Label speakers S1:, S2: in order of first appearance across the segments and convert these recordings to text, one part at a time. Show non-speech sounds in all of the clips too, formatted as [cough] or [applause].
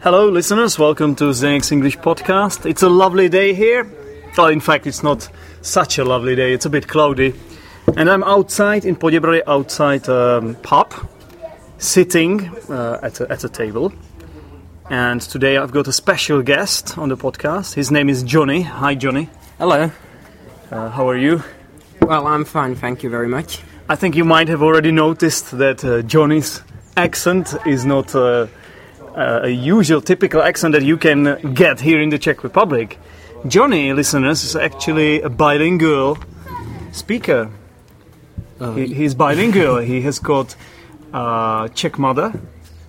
S1: Hello, listeners. Welcome to Zenix English Podcast. It's a lovely day here. Well, in fact, it's not such a lovely day. It's a bit cloudy, and I'm outside in Podjebrady, outside um, pub, sitting uh, at a, at a table. And today I've got a special guest on the podcast. His name is Johnny. Hi, Johnny.
S2: Hello.
S1: Uh, how are you?
S2: Well, I'm fine, thank you very much.
S1: I think you might have already noticed that uh, Johnny's accent is not uh, uh, a usual typical accent that you can get here in the Czech Republic. Johnny, listeners, is actually a bilingual speaker.
S2: Uh,
S1: he, he's
S2: [laughs]
S1: bilingual. he has got uh, Czech mother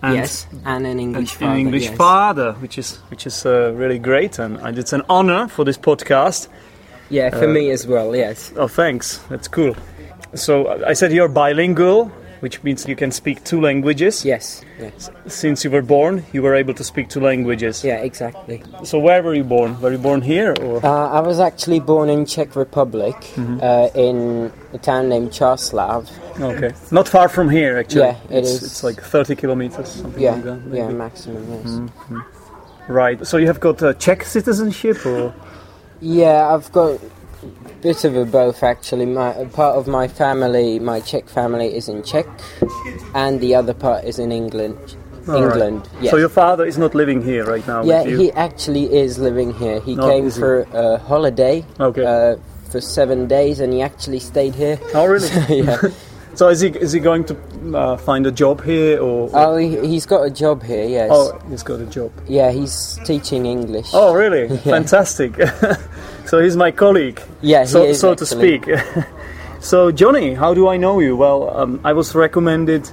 S1: and
S2: yes, and an
S1: an
S2: English father.
S1: an English
S2: yes.
S1: father, which is which is uh, really great, and, and it's an honor for this podcast.
S2: Yeah, for
S1: Uh,
S2: me as well. Yes.
S1: Oh, thanks. That's cool. So I- I said you're bilingual, which means you can speak two languages.
S2: Yes. Yes.
S1: Since you were born, you were able to speak two languages.
S2: Yeah, exactly.
S1: So where were you born? Were you born here or?
S2: Uh, I was actually born in Czech Republic
S1: Mm-hmm.
S2: uh, in a town named Charslav.
S1: Okay, not far from here actually.
S2: Yeah, it
S1: it's,
S2: is.
S1: It's like 30 kilometers, something
S2: Yeah,
S1: like that.
S2: yeah,
S1: maybe.
S2: maximum. Yes.
S1: Mm-hmm. Right. So you have got uh, Czech citizenship or?
S2: Yeah, I've got a bit of a both actually. My a part of my family, my Czech family, is in Czech, and the other part is in England.
S1: All right.
S2: England. Yes.
S1: So your father is not living here right now.
S2: Yeah,
S1: with you?
S2: he actually is living here. He
S1: Oh,
S2: came
S1: is he?
S2: for a holiday
S1: Okay.
S2: uh, for seven days, and he actually stayed here.
S1: Oh really?
S2: [laughs]
S1: [laughs]
S2: yeah.
S1: so is he is he going to uh, find a job here or?
S2: Oh, he, he's got a job here. Yes.
S1: oh, he's got a job.
S2: Yeah, he's teaching English.
S1: Oh,
S2: [laughs]
S1: really? Fantastic. [laughs] so he's my colleague,
S2: yeah. He
S1: so,
S2: is
S1: so to
S2: actually.
S1: speak. [laughs] so, Johnny, how do I know you? Well, um, I was recommended,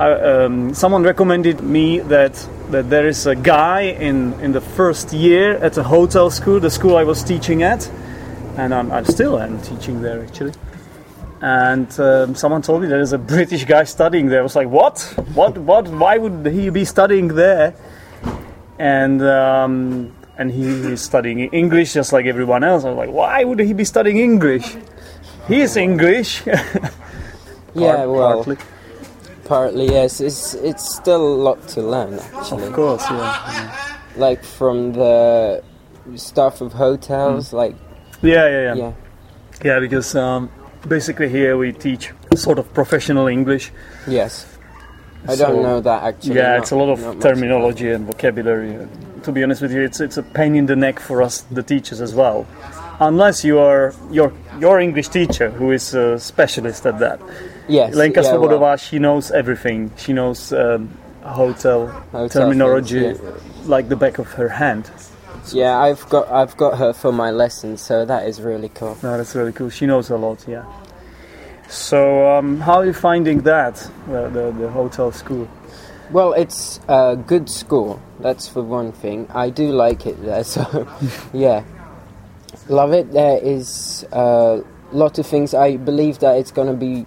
S1: uh, um, someone recommended me that, that there is a guy in, in the first year at a hotel school, the school I was teaching at, and I'm, I'm still am teaching there actually. And um, someone told me there is a British guy studying there. I was like, what? What? What? Why would he be studying there? and um, and he is studying English just like everyone else. I was like, why would he be studying English? He is English. [laughs]
S2: Yeah. Well,
S1: Partly.
S2: partly yes. It's it's still a lot to learn actually.
S1: of course, yeah, Oh.
S2: Like from the stuff of hotels. Like
S1: yeah, yeah, Mm. yeah, yeah.
S2: yeah.
S1: because um, basically here we teach sort of professional English.
S2: Yes. I
S1: So-
S2: don't know that actually.
S1: yeah,
S2: not-
S1: it's a lot
S2: not
S1: of
S2: much.
S1: terminology and vocabulary. To be honest with you, it's it's a pain in the neck for us, the teachers as well. Unless you are your your English teacher who is a specialist at that.
S2: Yes.
S1: Lenka
S2: yeah,
S1: Svobodová,
S2: well,
S1: she knows everything. She knows um, hotel,
S2: hotel
S1: terminology
S2: things, yeah.
S1: like the back of her hand.
S2: Yeah, I've got I've got her for my lessons, so that is really cool.
S1: No, that's really cool. She knows a lot, yeah. So, um, how are you finding that, the, the, the hotel school?
S2: Well, it's a good school. That's for one thing. I do like it there, [laughs] so yeah, love it. There is a lot of things. I believe that it's going to be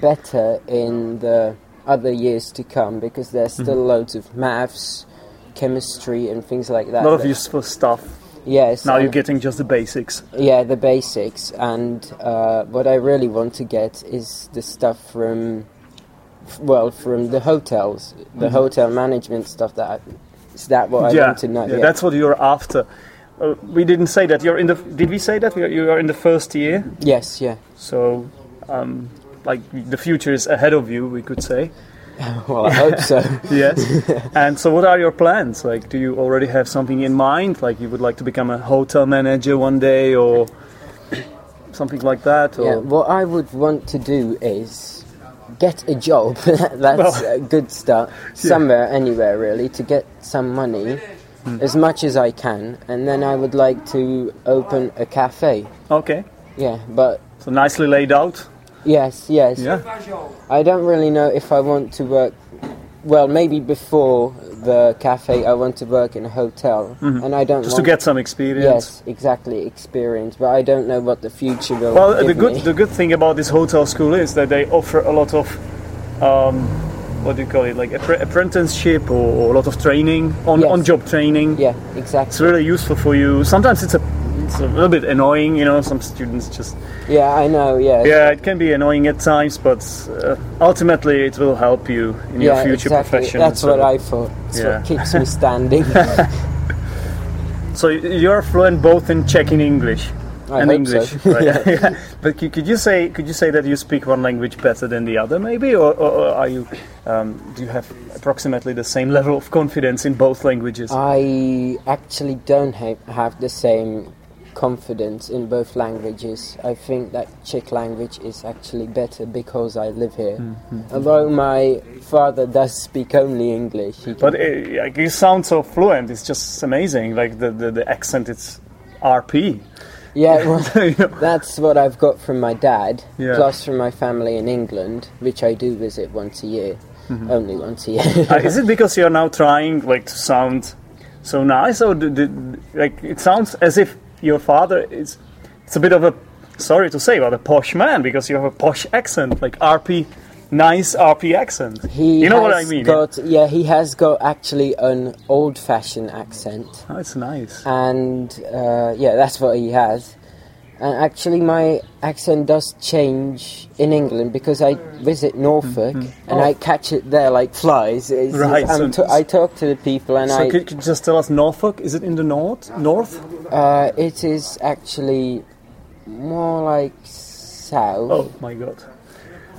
S2: better in the other years to come because there's still
S1: Mm-hmm.
S2: loads of maths, chemistry, and things like
S1: A
S2: that.
S1: lot of
S2: that-
S1: useful stuff.
S2: Yes.
S1: Now you're
S2: and-
S1: getting just the basics.
S2: Yeah, the basics, and uh, what I really want to get is the stuff from, f- well, from the hotels, the hotel management stuff. That I, is that what I
S1: Mm-hmm. yeah,
S2: want to know?
S1: yeah, that's what you're after. Uh, we didn't say that. You're in the. Did we say that You're- you are in the first year? [laughs]
S2: yes, yeah.
S1: So, um, like the future is ahead of you, we could say.
S2: Well, I hope so.
S1: Yes. and so, what are your plans? Like, do you already have something in mind? Like, you would like to become a hotel manager one day, or something like that? Or
S2: [laughs] yeah, what I would want to do is get a job. [laughs] that's
S1: Well-
S2: a
S1: [laughs]
S2: good start. Somewhere, anywhere, really, to get some money.
S1: Mm-hmm.
S2: As much as I can, and then I would like to open a cafe.
S1: okay,
S2: Yeah, but
S1: so nicely laid out.
S2: yes, yes.
S1: Yeah.
S2: I don't really know if I want to work. Well, maybe before the cafe, I want to work in a hotel, and I
S1: Mm-hmm.
S2: don't
S1: Just to
S2: want,
S1: get some experience.
S2: yes, exactly experience. But I don't know what the future will.
S1: Well,
S2: give
S1: the good
S2: me.
S1: the good thing about this hotel school is that they offer a lot of. Um, what do you call it? Like appre- apprenticeship or, or a lot of training on
S2: Yes.
S1: on job training.
S2: yeah,
S1: It's
S2: exactly.
S1: really useful for you. Sometimes it's a it's a little bit annoying, you know. Some students just
S2: Yeah, I know. Yeah.
S1: yeah, it can be annoying at times, but uh, ultimately it will help you in your
S2: Yeah,
S1: future
S2: exactly.
S1: profession.
S2: That's
S1: so.
S2: what I thought. That's
S1: Yeah.
S2: what keeps
S1: [laughs]
S2: me standing.
S1: So you're fluent both in Czech and English.
S2: I
S1: and
S2: hope [laughs]
S1: English,
S2: so.
S1: right? [laughs] yeah. But c- could you say could you say that you speak one language better than the other, maybe, or, or, or are you um, do you have approximately the same level of confidence in both languages?
S2: Uh, I actually don't ha- have the same confidence in both languages. I think that Czech language is actually better because I live here.
S1: Mm-hmm.
S2: Although my father does speak only English. He
S1: but
S2: can-
S1: uh like, you sound so fluent; it's just amazing. Like the the, the accent, it's RP.
S2: yeah, well,
S1: [laughs]
S2: [laughs]
S1: You know?
S2: that's what I've got from my dad,
S1: Yeah.
S2: plus from my family in England, which I do visit once a year.
S1: Mm-hmm.
S2: Only once a year.
S1: [laughs] Uh, is it because you're now trying like to sound so nice, or do, do, like it sounds as if your father is? It's a bit of a sorry to say, but a posh man because you have a posh accent, like RP, nice RP accent.
S2: He
S1: you know what I
S2: has
S1: mean?
S2: Got, yeah, he has got actually an old-fashioned accent,
S1: yeah? Oh, it's nice.
S2: and uh, yeah, that's what he has. And actually, my accent does change in England because I visit Norfolk and I catch it there like flies. It's,
S1: Mm-hmm. Oh. [laughs] Right,
S2: I'm
S1: so-
S2: to- I talk to the people, and
S1: So
S2: I
S1: could, could you just tell us Norfolk? Is it in the north? North?
S2: uh, it is actually more like south.
S1: Oh [laughs] my god.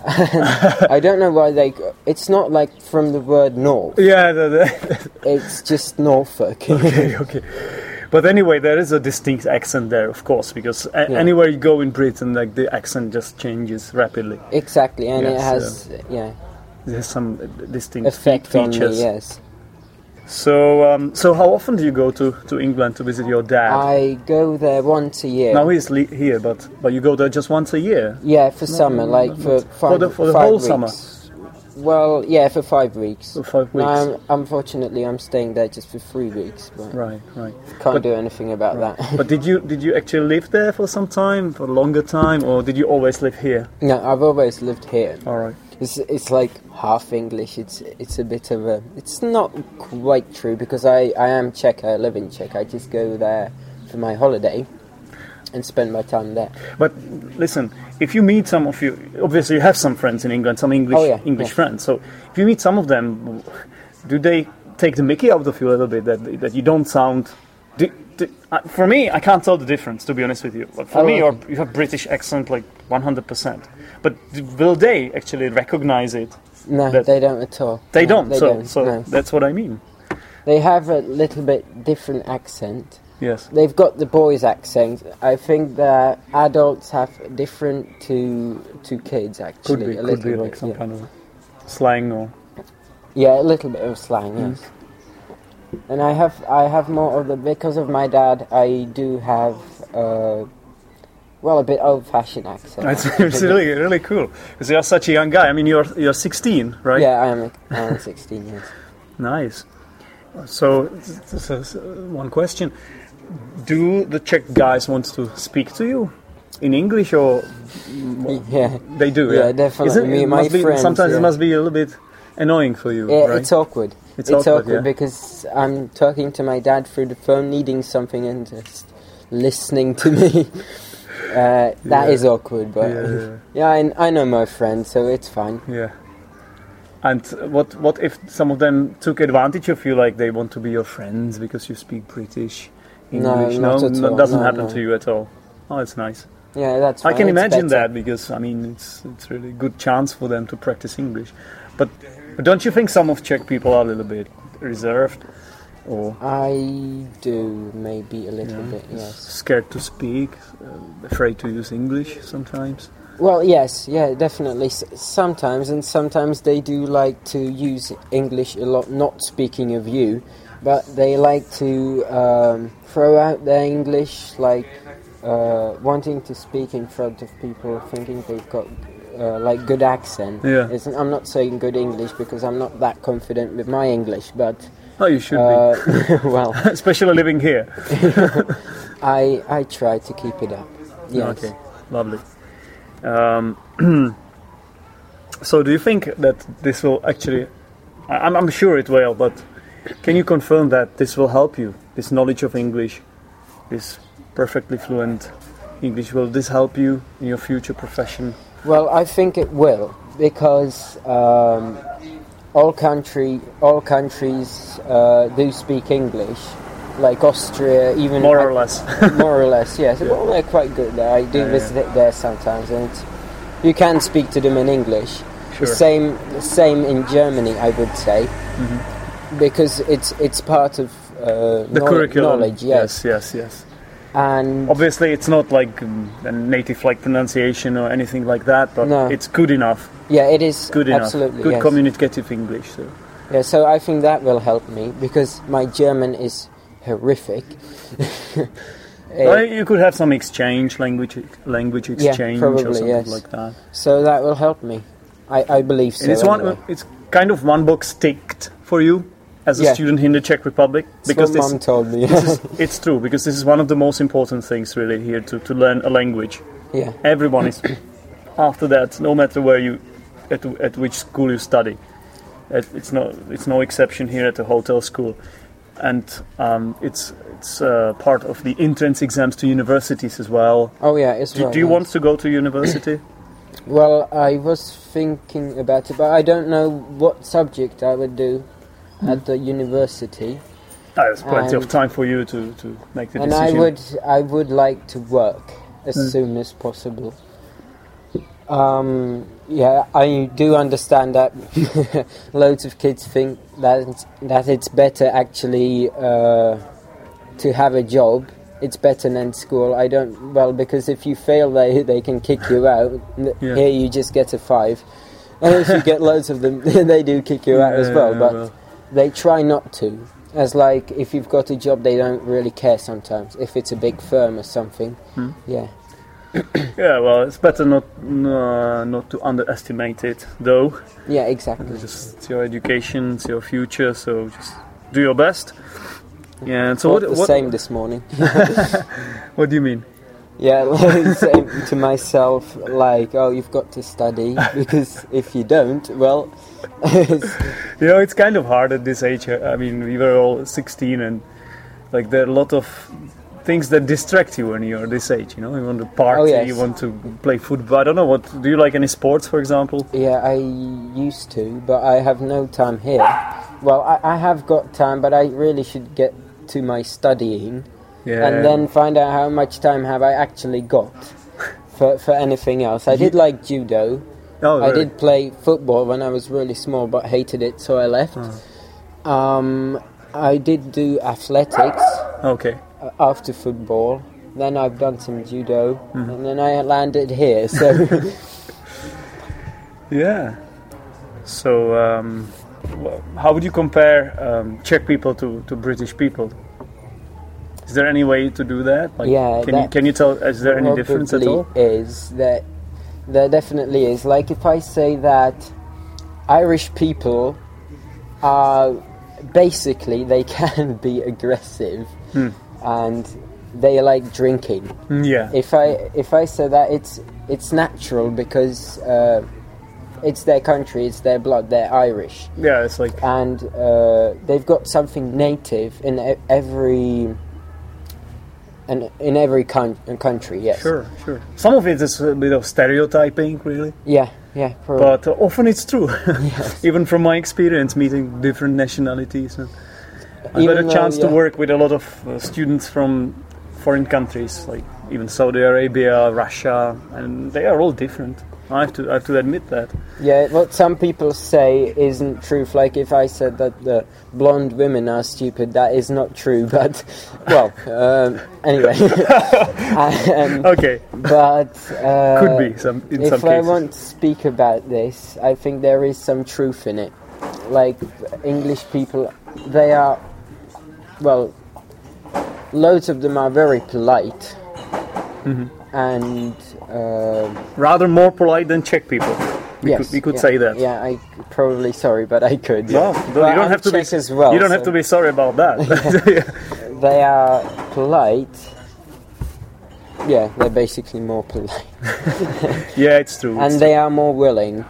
S2: I don't know why they. It's not like from the word north.
S1: Yeah. The, the, [laughs]
S2: It's just Norfolk.
S1: okay. Okay. But anyway, there is a distinct accent there, of course, because a-
S2: Yeah.
S1: anywhere you go in Britain, like the accent just changes rapidly.
S2: [laughs] Exactly, and it
S1: Yes,
S2: has yeah
S1: There's some distinct
S2: effect
S1: features.
S2: on me. Yes,
S1: So, um, so how often do you go to, to England to visit your dad?
S2: I go there once a year.
S1: now he's le- here, but but you go there just once a year.
S2: yeah, for summer, like for five,
S1: for the- for the
S2: five
S1: whole
S2: weeks.
S1: summer?
S2: Well, yeah, for five weeks.
S1: For five
S2: No,
S1: weeks.
S2: I'm- unfortunately, I'm staying there just for three weeks, but
S1: Right, right.
S2: can't
S1: But-
S2: do anything about that. [laughs]
S1: But did you did you actually live there for some time, for a longer time, or did you always live here?
S2: no, I've always lived here.
S1: All right.
S2: It's, it's like half English. It's it's a bit of a. It's not quite true because I I am Czech. I live in Czech. I just go there for my holiday, and spend my time there.
S1: But listen, if you meet some of you, obviously you have some friends in England, some English
S2: Oh, yeah,
S1: English
S2: yeah.
S1: friends. So if you meet some of them, do they take the Mickey out of you a little bit that that you don't sound? Do, do, uh, for me, I can't tell the difference to be honest with you. But for
S2: Oh,
S1: me, you're,
S2: okay.
S1: you have British accent like 100. percent But d- will they actually recognize it?
S2: No,
S1: That-
S2: they don't at all.
S1: They
S2: No,
S1: don't.
S2: They
S1: so
S2: don't.
S1: so
S2: no.
S1: that's what I mean.
S2: They have a little bit different accent.
S1: Yes.
S2: They've got the boys' accent. I think that adults have different to to kids
S1: Could
S2: actually.
S1: be
S2: a
S1: could be
S2: little
S1: like
S2: bit,
S1: some
S2: yeah.
S1: kind of slang or [laughs]
S2: Yeah, a little bit of slang. Yes. And I have I have more of the because of my dad. I do have. Uh, well, a bit old-fashioned accent.
S1: it's, it's [laughs] really really cool because you're such a young guy. I mean, you're you're 16, right?
S2: Yeah, I am. I am 16 years.
S1: Nice. So, this is one question: Do the Czech guys want to speak to you in English, or
S2: [laughs] Yeah.
S1: they do?
S2: Yeah, definitely.
S1: Isn't-
S2: Me
S1: it
S2: and my
S1: must be-
S2: friends,
S1: Sometimes it
S2: yeah.
S1: must be a little bit annoying for you,
S2: Yeah,
S1: right?
S2: it's awkward.
S1: It's
S2: It's,
S1: awkward,
S2: awkward,
S1: yeah.
S2: because I'm talking to my dad through the phone, needing something, and just listening to me. [laughs] uh, that is
S1: Yeah.
S2: awkward, but
S1: Yeah, yeah,
S2: yeah, I, I know my friends, so it's fine.
S1: yeah. And what what if some of them took advantage of you, like they want to be your friends because you speak British
S2: No,
S1: English?
S2: not at
S1: no
S2: all.
S1: doesn't
S2: No,
S1: happen
S2: no.
S1: to you at all. Oh, it's nice.
S2: Yeah, that's.
S1: I
S2: Fine.
S1: can
S2: It's
S1: imagine
S2: better.
S1: that because I mean it's it's really good chance for them to practice English. But, but don't you think some of Czech people are a little bit reserved or
S2: I do maybe a little
S1: Yeah.
S2: bit. Yes.
S1: scared to speak, uh, afraid to use English sometimes?
S2: Well, yes, yeah, definitely. S- sometimes, and sometimes they do like to use English a lot, not speaking of you, but they like to um, throw out their English, like uh, wanting to speak in front of people, thinking they've got uh, like good accent.
S1: Yeah.
S2: It's- I'm not saying good English because I'm not that confident with my English, but
S1: Oh, you should
S2: uh, [laughs] well,
S1: be, [laughs] especially living here.
S2: I I try to keep it up. Yes.
S1: Okay, lovely. Um, [clears throat] so, do you think that this will actually? I, I'm, I'm sure it will, but can you confirm that this will help you? This knowledge of English is perfectly fluent English. Will this help you in your future profession?
S2: Well, I think it will because um, all country, all countries uh, do speak English, like Austria, even
S1: More or less.
S2: [laughs] more or less. Yes, well, they're quite good there. I do
S1: Yeah, yeah.
S2: visit it there sometimes, and you can speak to them in English.
S1: sure.
S2: The same, the same in Germany, I would say,
S1: Mhm.
S2: because it's it's part of uh,
S1: The
S2: knowl-
S1: curriculum.
S2: knowledge. Yes,
S1: yes, yes, yes.
S2: and
S1: Obviously, it's not like um, a native like pronunciation or anything like that, but
S2: No.
S1: it's good enough.
S2: yeah, it is
S1: Good enough.
S2: absolutely
S1: Good
S2: yes.
S1: communicative English. So.
S2: Yeah, so I think that will help me because my German is horrific. [laughs] Eh,
S1: Well, you could have some exchange, language language exchange or
S2: probably,
S1: something
S2: yes.
S1: like that.
S2: so that will help me. I, I believe so.
S1: And it's one.
S2: anyway.
S1: It's kind of one box ticked for you as a
S2: Yeah.
S1: student in the Czech Republic
S2: That's
S1: because
S2: what
S1: this,
S2: mum told me.
S1: [laughs] this is, it's true because this is one of the most important things really here to, to learn a language.
S2: [laughs] yeah,
S1: Everyone is [coughs] after that, no matter where you at, at which school you study. It, it's no it's no exception here at the hotel school, and um, it's it's uh, part of the entrance exams to universities as well.
S2: oh yeah, it's
S1: Do, do you want to go to
S2: [coughs]
S1: university?
S2: Well, I was thinking about it, but I don't know what subject I would do at the university.
S1: Ah, There's plenty
S2: Um,
S1: of time for you to, to make the
S2: and
S1: decision.
S2: I would, I would like to work as
S1: Mm.
S2: soon as possible. Um, yeah, I do understand that [laughs] loads of kids think that it's- that it's better actually uh, to have a job. It's better than school. I don't well because if you fail, they they can kick you out. N-
S1: Yeah.
S2: Here you just get a five. And if you get loads of them, [laughs] they do kick you out as
S1: Yeah,
S2: well.
S1: yeah,
S2: but
S1: well.
S2: they try not to. As like if you've got a job, they don't really care sometimes. If it's a big firm or something,
S1: Hmm.
S2: yeah,
S1: yeah, well, it's better not uh, not to underestimate it, though.
S2: yeah, exactly.
S1: It's just it's your education, it's your future, so just do your best. Yeah. And so
S2: Thought
S1: what? What,
S2: the same this morning.
S1: what do you mean?
S2: Yeah, [laughs] like saying to myself, like, oh, you've got to study [laughs] because if you don't, well, [laughs] it's,
S1: You know, it's kind of hard at this age. uh, I mean, we were all 16, and like there are a lot of things that distract you when you're this age. You know, you want to party,
S2: Oh, yes.
S1: you want to play football. I don't know what. Do you like any sports, for example?
S2: yeah, I used to, but I have no time here. Well, I, I have got time, but I really should get to my studying.
S1: Yeah.
S2: and then find out how much time have I actually got for, for anything else. I did like judo.
S1: oh,
S2: I
S1: really?
S2: did play football when I was really small, but hated it, so I left.
S1: Hmm.
S2: Um, I did do athletics
S1: Okay.
S2: uh, after football. Then I've done some judo,
S1: Mm-hmm.
S2: and then I landed here. So [laughs]
S1: Yeah. So, um, wh- how would you compare um, Czech people to, to British people? Is there any way to do that?
S2: Yeah,
S1: Can you
S2: that
S1: can you tell? Is there any difference at
S2: probably
S1: all?
S2: Is that there definitely is. Like if I say that Irish people are basically they [laughs] can be aggressive
S1: Hmm.
S2: and they like drinking.
S1: Mm, Yeah.
S2: If I if I say that it's it's natural because uh, it's their country, it's their blood, they're Irish
S1: Yeah. It's like
S2: and uh, they've got something native in e- every and in every coun- country. Yes.
S1: sure, sure. Some of it is a bit of stereotyping, really,
S2: Yeah. Yeah. Probably.
S1: but uh, often it's true. [laughs] Even from my experience, meeting different nationalities, and I
S2: Even
S1: got a
S2: though,
S1: chance
S2: yeah.
S1: to work with a lot of uh, students from foreign countries, like even Saudi Arabia, Russia, and they are all different. I have to, I have to admit that.
S2: yeah. What some people say isn't truth. Like if I said that the blonde women are stupid, that is not true. [laughs] But well, um,
S1: [laughs]
S2: anyway. [laughs] um,
S1: Okay,
S2: but uh,
S1: could be some in
S2: if
S1: some
S2: I
S1: cases.
S2: want to speak about this, I think there is some truth in it. Like English people, they are, well, loads of them are very polite,
S1: Mm-hmm.
S2: and um
S1: Rather more polite than Czech people. We
S2: yes,
S1: could, we could
S2: yeah,
S1: say that.
S2: Yeah, I probably sorry, but I could.
S1: No,
S2: yeah.
S1: you
S2: But
S1: don't
S2: I'm
S1: have to be.
S2: Czech as well.
S1: you don't
S2: so
S1: have to be sorry about
S2: [laughs]
S1: that. [laughs]
S2: They are polite. Yeah, they're basically more polite,
S1: yeah, it's true. it's
S2: and they are more willing.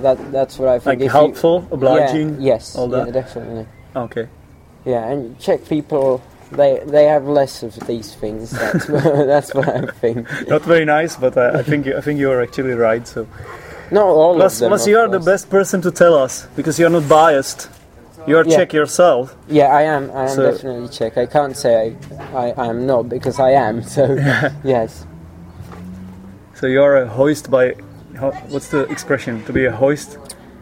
S2: That that's what I think.
S1: like
S2: If you-
S1: helpful, obliging.
S2: Yeah, yes,
S1: all
S2: yeah,
S1: that?
S2: definitely.
S1: Okay.
S2: Yeah, and Czech people They they have less of these things. That's [laughs] what, that's what I think.
S1: Not very nice, but I, I think you, I think you are actually right. So
S2: Not all
S1: plus,
S2: of them.
S1: plus
S2: of
S1: you are the
S2: course.
S1: best person to tell us because you are not biased. You are
S2: Yeah.
S1: Czech yourself.
S2: Yeah, I am. I am
S1: So-
S2: definitely Czech. I can't say I, I, I am not because I am.
S1: [laughs]
S2: So yes,
S1: So you are a hoist by ho- what's the expression to be a hoist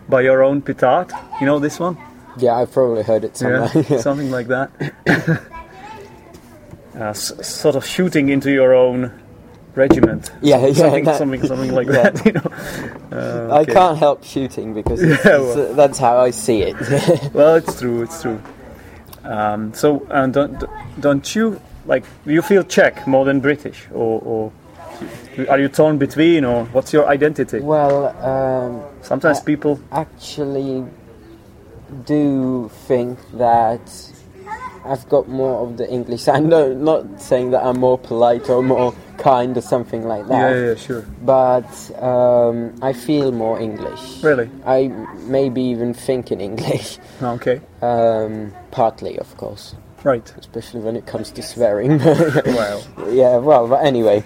S1: by your own petard? You know this one?
S2: yeah, I've probably heard it
S1: Yeah,
S2: somewhere. [laughs] Yeah.
S1: something like that. [coughs] uh, s- sort of shooting into your own regiment.
S2: [laughs] Yeah, yeah,
S1: something,
S2: that-
S1: something, something like
S2: [laughs] yeah.
S1: that. [laughs] You know. Uh,
S2: I
S1: okay.
S2: can't help shooting because it's,
S1: Yeah,
S2: it's- that's how I see it.
S1: [laughs]
S2: [laughs]
S1: Well, it's true. It's true. Um, so, uh, don't don't you like? Do you feel Czech more than British, or, or are you torn between, or what's your identity?
S2: well, um,
S1: Sometimes people.
S2: actually do think that I've got more of the English. [laughs] I know, not saying that I'm more polite or more kind or something like that,
S1: Yeah, yeah, sure.
S2: but um, I feel more English.
S1: Really?
S2: I maybe even think in English, [laughs]
S1: No, okay.
S2: um, partly, of course,
S1: Right.
S2: especially when it comes to swearing. [laughs]
S1: Wow.
S2: yeah, [laughs] well, but anyway.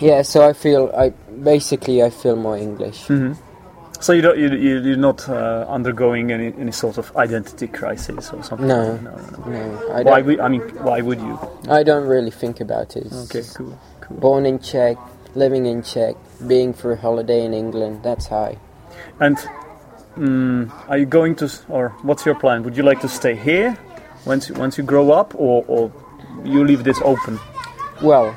S2: yeah, so I feel I basically I feel more English.
S1: Mm-hmm. So you don't you you- you're not uh, undergoing any any sort of identity crisis or something.
S2: No.
S1: no, no.
S2: No,
S1: Why
S2: I don't.
S1: would I mean? Why would you?
S2: I don't really think about it. It's
S1: Okay,
S2: just
S1: cool, cool.
S2: Born in Czech, living in Czech, being for a holiday in England. That's high.
S1: And mm, are you going to, s- or what's your plan? Would you like to stay here once you- once you grow up, or, or you leave this open?
S2: Well,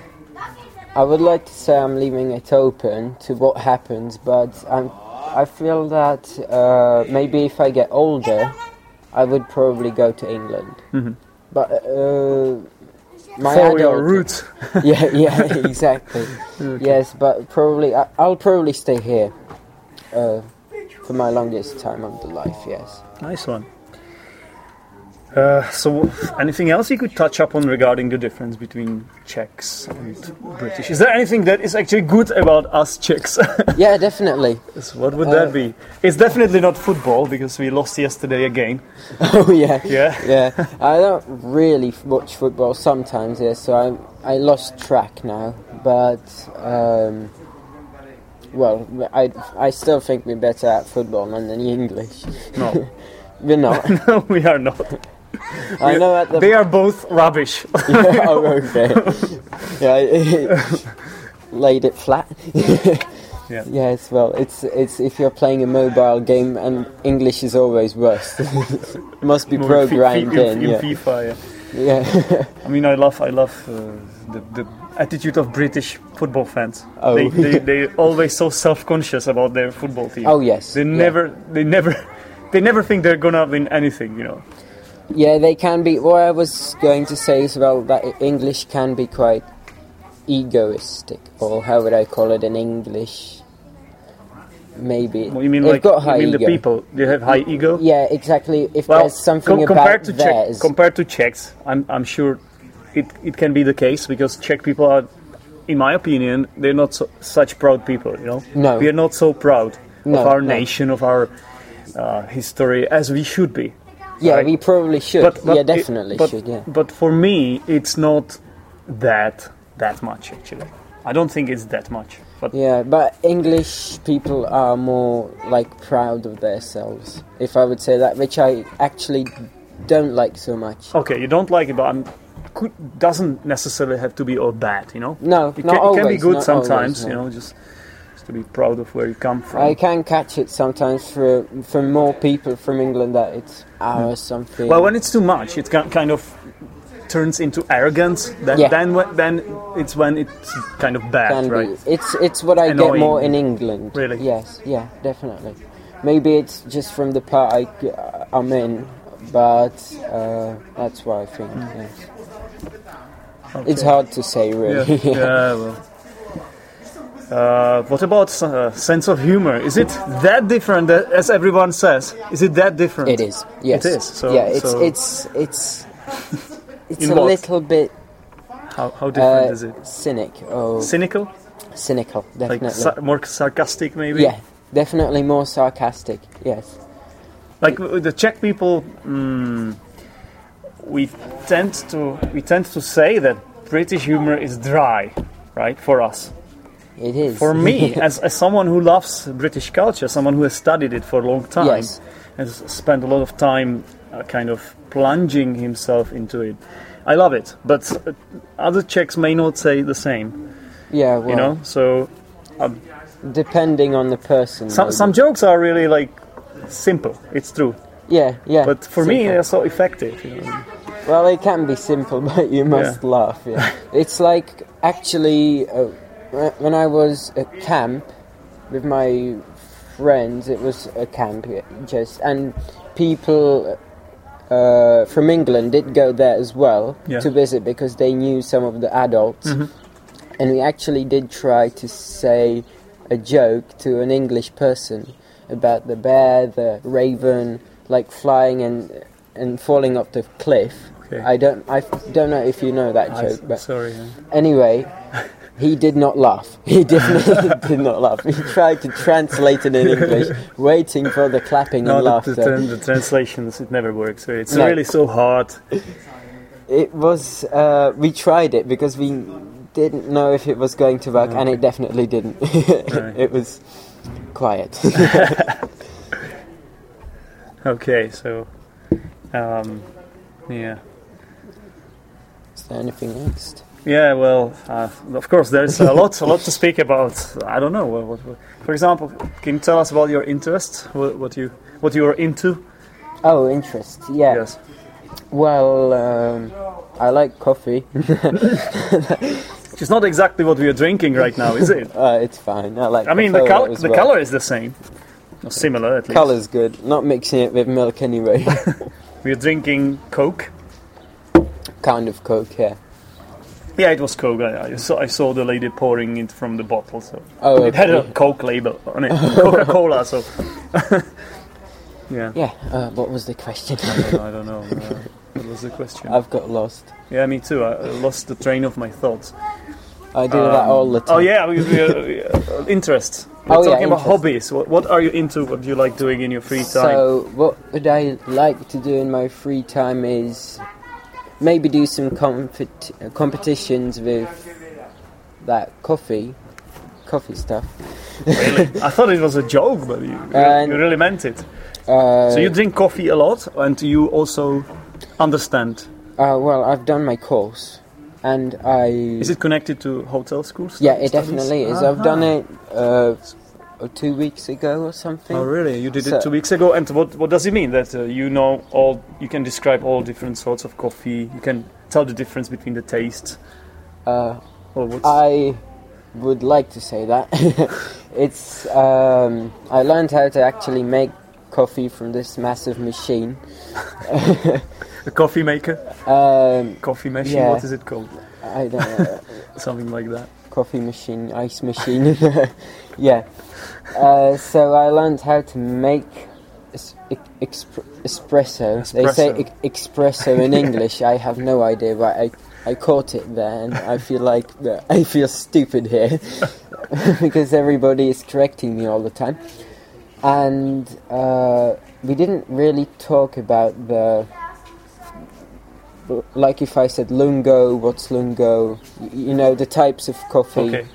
S2: I would like to say I'm leaving it open to what happens, but I'm. I feel that uh, maybe if I get older, I would probably go to England.
S1: Mhm.
S2: But uh, my
S1: Follow your
S2: adult-
S1: roots.
S2: [laughs] yeah, yeah,
S1: [laughs]
S2: exactly. Yes, but probably I, I'll probably stay here uh, for my longest time of the life. Yes.
S1: Nice one. Uh, so, anything else you could touch upon regarding the difference between Czechs and British? Is there anything that is actually good about us Czechs? [laughs]
S2: Yeah, definitely.
S1: So what would
S2: Uh,
S1: that be? It's definitely not football because we lost yesterday again.
S2: [laughs] Oh yeah.
S1: Yeah.
S2: Yeah. I don't really f- watch football sometimes. Yeah, so I I lost track now, but um, well, I I still think we're better at football than the English. [laughs]
S1: No, [laughs]
S2: We're not.
S1: no, we are not.
S2: I know at the. [laughs]
S1: They are both rubbish. [laughs]
S2: oh, okay. yeah. [laughs] Laid it flat.
S1: Yeah.
S2: Yes, well, it's it's if you're playing a mobile game and English is always worse. [laughs] Must be
S1: No, in fi-
S2: programmed
S1: fi- in,
S2: in.
S1: in
S2: Yeah.
S1: FIFA, yeah.
S2: yeah.
S1: I mean, I love, I love uh, the, the attitude of British football fans.
S2: Oh.
S1: They,
S2: [laughs]
S1: they, they're always so self-conscious about their football team.
S2: oh yes.
S1: They
S2: yeah.
S1: never, they never, [laughs] they never think they're gonna win anything. You know.
S2: Yeah, they can be. What I was going to say is well that i- English can be quite egoistic, or how would I call it in English? Maybe.
S1: Well, you mean
S2: They've
S1: like
S2: got high
S1: you mean the
S2: ego.
S1: people? They have high ego.
S2: Yeah, exactly. If
S1: Well,
S2: there's something
S1: com-
S2: about
S1: compared to
S2: theirs,
S1: Czech, compared to Czechs, I'm, I'm sure it, it can be the case because Czech people are, in my opinion, they're not so, such proud people. You know,
S2: No.
S1: we are not so proud
S2: No,
S1: of our
S2: no.
S1: nation, of our uh, history as we should be.
S2: yeah,
S1: right?
S2: we probably should.
S1: But, but
S2: yeah,
S1: it-
S2: definitely
S1: but-
S2: should. Yeah.
S1: But for me, it's not that that much actually. I don't think it's that much. But
S2: Yeah, but English people are more like proud of themselves, if I would say that, which I actually don't like so much.
S1: okay, you don't like it, but I'm, could, doesn't necessarily have to be all bad. You know.
S2: No,
S1: It,
S2: not
S1: can,
S2: always.
S1: it can be good
S2: not
S1: sometimes,
S2: always,
S1: you
S2: no.
S1: know, just, just to be proud of where you come from.
S2: I can catch it sometimes for from more people from England that it's our something.
S1: Hmm. well, when it's too much, it can, kind of turns into arrogance. Then,
S2: Yeah.
S1: then, when, then it's when it's kind of bad,
S2: can [laughs]
S1: right?
S2: be. It's it's what I get
S1: Annoying.
S2: more in England.
S1: Really?
S2: Yes. Yeah. Definitely. Maybe it's just from the part I g- uh, I'm in, but uh, that's why I think. yes. It's hard to say,
S1: Hmm. Yeah,
S2: really.
S1: yeah, well. Uh, what about uh, sense of humor? Is it that different a- as everyone says? Is it that different?
S2: [laughs] It is. Yes.
S1: is, so-
S2: yeah. It's
S1: so-
S2: it's
S1: [laughs]
S2: it's it's
S1: In
S2: a
S1: what?
S2: little bit
S1: How, how different
S2: uh,
S1: is it?
S2: cynic or
S1: Cynical,
S2: cynical.
S1: like
S2: Definitely.
S1: sa- more sarcastic, maybe.
S2: Yeah, definitely more sarcastic. Yes.
S1: Like w- the Czech people, mm, we tend to we tend to say that British humor is dry, right? For us,
S2: It is.
S1: for
S2: [laughs]
S1: me, as, as someone who loves British culture, someone who has studied it for a long time,
S2: Yes.
S1: has spent a lot of time uh, kind of plunging himself into it. I love it, but uh, other Czechs may not say the same,
S2: yeah, well,
S1: you know. So
S2: depending on the person.
S1: some,
S2: maybe.
S1: some jokes are really like simple. It's true,
S2: yeah, yeah.
S1: but for me,
S2: simple.
S1: they're so effective. You know?
S2: Well, it can be simple, [laughs] but you must laugh. Yeah. it's like actually, uh, wh- when I was at camp with my friends, it was a camp yeah, just, and people uh, from England did go there as well
S1: Yeah.
S2: to visit because they knew some of the adults, and we actually did try to say a joke to an English person about the bear, the raven, like flying and and falling off the cliff.
S1: Okay.
S2: I don't I don't know if you know that
S1: I-
S2: joke, but
S1: sorry. yeah.
S2: anyway, he did not laugh. He
S1: [laughs]
S2: definitely did not laugh. He tried to translate it in English, waiting for the clapping
S1: No,
S2: and
S1: the, the,
S2: laughter.
S1: tran- the translations it never works. Really. It's
S2: No.
S1: really so hard.
S2: It was uh, we tried it because we didn't know if it was going to work, and it definitely didn't. [laughs]
S1: Right.
S2: It was quiet. [laughs]
S1: Okay, so, um, yeah.
S2: Is there anything next?
S1: Yeah, well, uh, of course, there's a lot, a lot to speak about. I don't know. What, what, what- for example, can you tell us about your interests? What, what you, what you are into?
S2: Oh, interest. Yeah.
S1: Yes.
S2: Well, um, I like coffee. [laughs]
S1: Which is not exactly what we are drinking right now, is it?
S2: Uh, it's fine. I [laughs] like.
S1: I mean, the,
S2: color.
S1: col- the color is the same, or similar at least.
S2: Color's good. Not mixing it with
S1: [laughs]
S2: milk anyway.
S1: We are drinking Coke.
S2: kind of Coke, yeah.
S1: Yeah, it was Coke. I, I saw, I saw the lady pouring it from the bottle, so
S2: Oh,
S1: it had a
S2: okay.
S1: Coke label on
S2: [laughs]
S1: it, Coca-Cola. So, [laughs] yeah.
S2: Yeah. Uh, what was the question? [laughs]
S1: I don't know. Uh, what was the question?
S2: I've got lost.
S1: Yeah, me too. I I lost the train of my thoughts.
S2: I do that all the time.
S1: Oh yeah, we, we, uh, uh, interest. We're
S2: Oh, yeah,
S1: talking about
S2: interest.
S1: hobbies. What, what are you into? What do you like doing in your free time?
S2: So, what would I like to do in my free time is maybe do some compet- uh, competitions with that coffee, coffee stuff.
S1: I thought it was a joke, but you, you-
S2: And-
S1: you really meant it.
S2: Uh,
S1: so you drink coffee a lot, and you also understand.
S2: uh, well, I've done my course, and I.
S1: Is it connected to hotel Ah, schools?
S2: Yeah, it definitely is. I've done it uh, two weeks ago or something.
S1: Oh really? You did
S2: So-
S1: it two weeks ago. And what what does it mean that uh, you know all? You can describe all different sorts of coffee. You can tell the difference between the taste.
S2: Uh,
S1: Or what's,
S2: I would like to say that [laughs] it's. Um, I learned how to actually make coffee from this massive machine. [laughs]
S1: a coffee maker,
S2: Um,
S1: coffee machine.
S2: Yeah.
S1: What is it called?
S2: I don't know,
S1: Something like that.
S2: coffee machine, ice machine. [laughs] yeah. Uh, so I learned how to make es- e- expr- espresso. They say
S1: Espresso.
S2: e- espresso in English. I have no idea, but I. I caught it there, and I feel like that I feel stupid here [laughs] because everybody is correcting me all the time. And uh, we didn't really talk about the like if I said lungo, what's lungo? y- You know the types of coffee.
S1: Okay.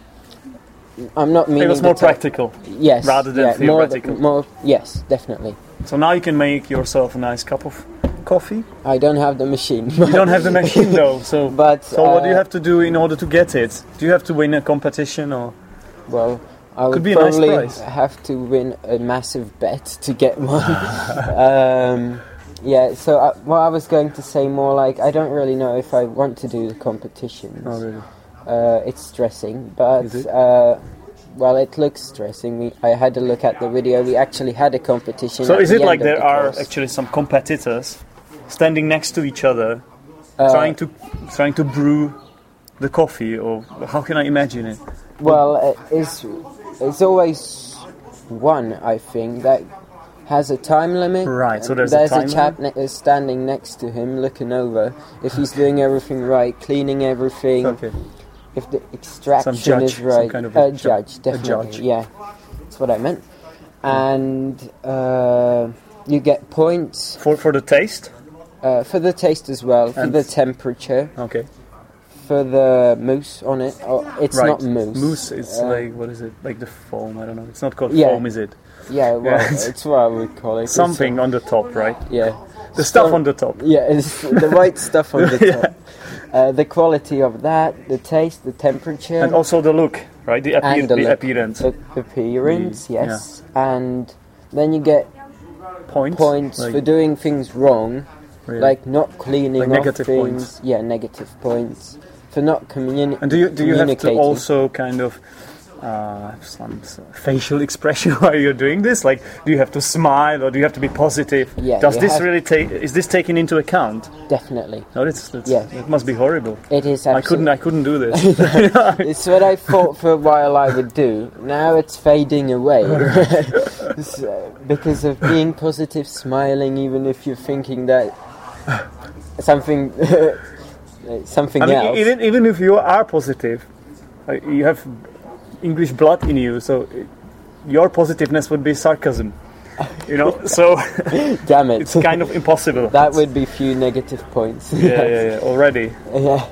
S2: I'm not
S1: It
S2: meaning
S1: was
S2: the
S1: more
S2: type-
S1: practical.
S2: Yes.
S1: rather than
S2: yeah, more th-
S1: theoretical.
S2: More, yes, definitely.
S1: So now you can make yourself a nice cup of coffee.
S2: I don't have the machine.
S1: You don't have the machine though, so
S2: [laughs] But
S1: so what do you
S2: uh,
S1: have to do in order to get it? Do you have to win a competition or
S2: Well, I would
S1: be a nice
S2: probably
S1: prize.
S2: have to win a massive bet to
S1: [laughs]
S2: get one. um, yeah. So I, what I was going to say more like I don't really know if I want to do the competitions.
S1: Oh, really?
S2: Uh, it's stressing, but
S1: Is it?
S2: uh, well, it looks stressing. We, I had a look at the video. We actually had a competition.
S1: So
S2: at
S1: is
S2: the
S1: it
S2: end
S1: like
S2: of
S1: there
S2: the
S1: are
S2: course.
S1: actually some competitors standing next to each other
S2: Uh,
S1: trying to trying to brew the coffee or how can I imagine it?
S2: Well, uh, it's it's always one. I think that has a time limit.
S1: Right, so there's a
S2: there's
S1: time
S2: chap ne- uh, standing next to him, looking over if he's doing everything right, cleaning everything. If the extraction
S1: judge,
S2: is
S1: some
S2: right,
S1: kind of
S2: a
S1: ju-
S2: judge, definitely.
S1: judge. Hmm.
S2: Yeah, that's what I meant. And uh, you get points
S1: For for the taste?
S2: uh, for the taste as well, for
S1: And-
S2: the temperature,
S1: Okay.
S2: for the mousse on it. Oh, it's
S1: right.
S2: not mousse.
S1: Mousse. It's
S2: Uh,
S1: like what is it? Like the foam. I don't know. It's not called
S2: Yeah.
S1: foam, is it?
S2: Yeah,
S1: [laughs]
S2: well,
S1: Yeah.
S2: it's what I would call it. It's-
S1: Something on the top, right?
S2: yeah.
S1: The stuff
S2: Stone-
S1: on the top.
S2: Yeah, it's the white stuff on the
S1: [laughs] Yeah.
S2: top. Uh, the quality of that, the taste, the temperature,
S1: And also the look, right? The, appear-
S2: And the
S1: the
S2: look.
S1: appearance.
S2: the appearance,
S1: Mm, Yeah.
S2: yes. And then you get
S1: Points.
S2: points
S1: Like,
S2: for doing things wrong,
S1: really.
S2: like not cleaning
S1: Like
S2: up
S1: negative
S2: things.
S1: points.
S2: Yeah, negative points for not communi-
S1: And do you do you have to
S2: communicating.
S1: also kind of uh, some s- facial expression [laughs] while you're doing this? Like, do you have to smile or do you have to be positive?
S2: Yeah,
S1: Does
S2: you
S1: this
S2: have-
S1: really take? Is this taken into account?
S2: Definitely,
S1: No, that's, that's
S2: Yeah.
S1: It must be horrible.
S2: it is.
S1: I couldn't.
S2: absolute-
S1: I couldn't do
S2: [laughs]
S1: this. [laughs]
S2: It's what I thought for a while I would do. Now it's
S1: [laughs]
S2: fading away So, because of being positive, smiling, even if you're thinking that something, [laughs] something
S1: I mean,
S2: else.
S1: even even if you are positive, uh, you have English blood in you, so it, your positiveness would be sarcasm. You
S2: [laughs]
S1: know, so [laughs]
S2: Damn it!
S1: it's kind of impossible.
S2: that would be few negative points.
S1: Yeah, yeah, yeah. Already.
S2: [laughs] Yeah.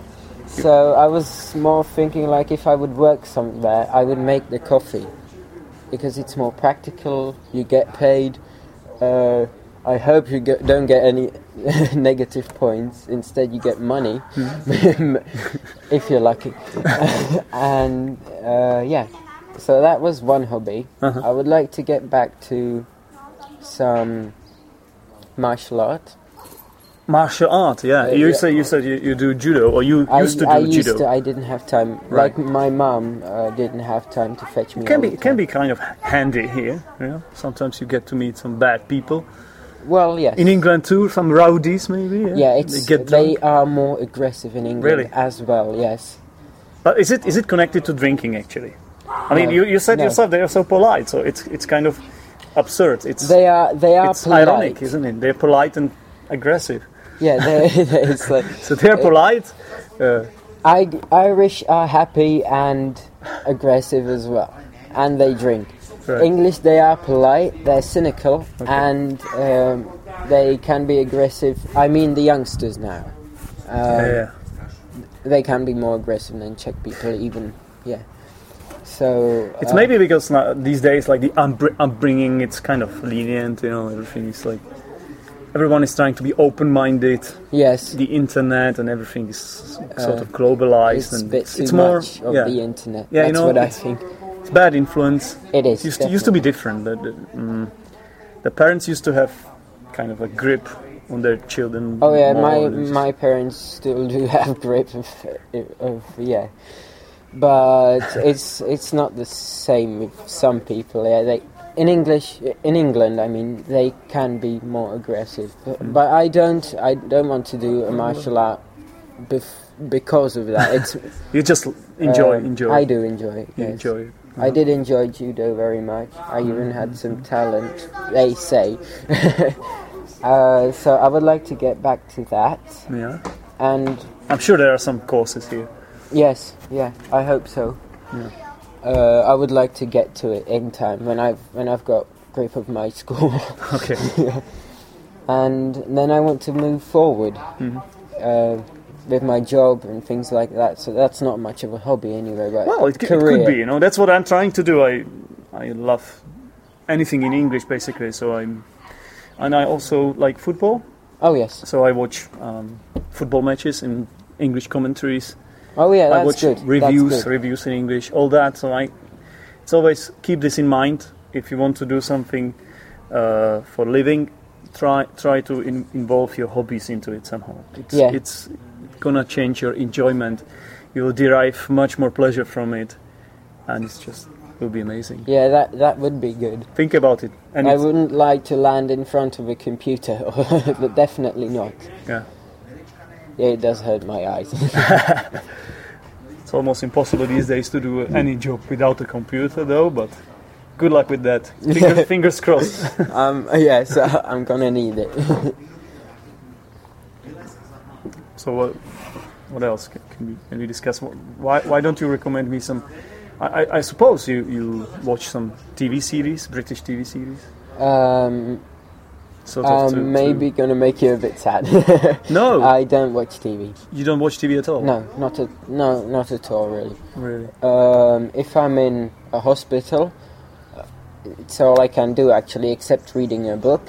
S2: So I was more thinking like if I would work somewhere, I would make the coffee because it's more practical. You get paid. Uh, I hope you get, don't get any [laughs] negative points. Instead, you get money [laughs] if you're lucky. [laughs] and uh, yeah, so that was one hobby.
S1: Uh-huh.
S2: I would like to get back to some martial art.
S1: Martial art, yeah.
S2: Uh,
S1: you
S2: yeah.
S1: say you said you, you do judo, or you used to do
S2: I
S1: judo.
S2: used to. I didn't have time.
S1: Right.
S2: Like my mum uh, didn't have time to fetch me.
S1: can
S2: all
S1: be
S2: the
S1: can
S2: time.
S1: be kind of handy here. You know, sometimes you get to meet some bad people
S2: Well, yes.
S1: in England too. Some rowdies, maybe. Yeah,
S2: yeah, it's
S1: they
S2: they,
S1: get drunk.
S2: are more aggressive in England
S1: Really?
S2: as well. Yes.
S1: But is it is it connected to drinking actually? I mean,
S2: No.
S1: you, you said
S2: No.
S1: yourself they are so polite, so it's it's kind of absurd. It's
S2: They are. They are
S1: it's
S2: polite.
S1: ironic, isn't it? They're polite and aggressive.
S2: Yeah. They, [laughs] it's like
S1: So they're
S2: Eh,
S1: polite. Uh,
S2: I, Irish are happy and aggressive as well, and they drink.
S1: Right.
S2: English, they are polite, they're cynical, and um, they can be aggressive. I mean, the youngsters now. Um,
S1: yeah.
S2: they can be more aggressive than Czech people, even. Yeah. So
S1: It's
S2: uh,
S1: maybe because now, these days, like the upbr- upbringing, it's kind of lenient. You know, everything is like everyone is trying to be open-minded.
S2: yes,
S1: The internet and everything is sort
S2: Uh,
S1: of globalized,
S2: it's a
S1: and
S2: bit
S1: it's,
S2: too
S1: it's more
S2: much of
S1: yeah,
S2: the internet.
S1: Yeah, you
S2: That's
S1: know,
S2: what I
S1: it's-
S2: think.
S1: it's bad influence.
S2: It is.
S1: used to, used to be different. The, the, mm, the parents used to have kind of a grip on their children.
S2: Oh yeah, my
S1: more than just-
S2: my parents still do [laughs] have grip of, of yeah, but it's it's not the same with some people. Yeah, they in English in England, I mean, they can be more aggressive, but,
S1: Hmm.
S2: but I don't I don't want to do a martial art bef- because of that. It's
S1: you just enjoy,
S2: um,
S1: enjoy,
S2: I do enjoy. it,
S1: you
S2: yes.
S1: enjoy. uh-huh. it.
S2: I did enjoy judo very much. I even had some talent, they say. [laughs] uh, so I would like to get back to that.
S1: Yeah,
S2: And
S1: I'm sure there are some courses here. [laughs]
S2: yes, yeah, I hope so.
S1: Yeah.
S2: Uh, I would like to get to it in time when I've when I've got grip of my [laughs] school,
S1: Okay,
S2: and then I want to move forward
S1: Mhm.
S2: uh, with my job and things like that. So that's not much of a hobby anyway, but
S1: well, it, c- it
S2: career.
S1: could be. You know, that's what I'm trying to do. I, I love anything in English basically. So I'm, and I also like football.
S2: Oh yes.
S1: So I watch um, football matches in English commentaries.
S2: Oh yeah, that's
S1: I watch
S2: good. That's
S1: reviews,
S2: good.
S1: reviews in English, all that. So I, it's always keep this in mind. If you want to do something uh, for living, try try to in, involve your hobbies into it somehow. It's,
S2: Yeah.
S1: it's gonna change your enjoyment. You will derive much more pleasure from it, and it's just will be amazing.
S2: Yeah, that that would be good.
S1: Think about it, and
S2: I
S1: it's-
S2: wouldn't like to land in front of a computer, [laughs] but definitely not.
S1: yeah,
S2: Yeah, it does hurt my eyes. [laughs]
S1: it's almost impossible these days to do any job without a computer, though. But good luck with
S2: [laughs]
S1: that. Finger, fingers crossed.
S2: um, yeah, so [laughs] I'm gonna need it. [laughs]
S1: So what? What else can, can we can we discuss? Wh- Why why don't you recommend me some? I, I, I suppose you, you watch some TV series, British TV series.
S2: Um,
S1: Sort of
S2: Um,
S1: to- to-
S2: maybe gonna make you a bit sad.
S1: No,
S2: [laughs] I don't watch TV.
S1: you don't watch TV at all.
S2: No, not at no, not at all really.
S1: Really?
S2: Um, if I'm in a hospital, it's all I can do actually, except reading a book.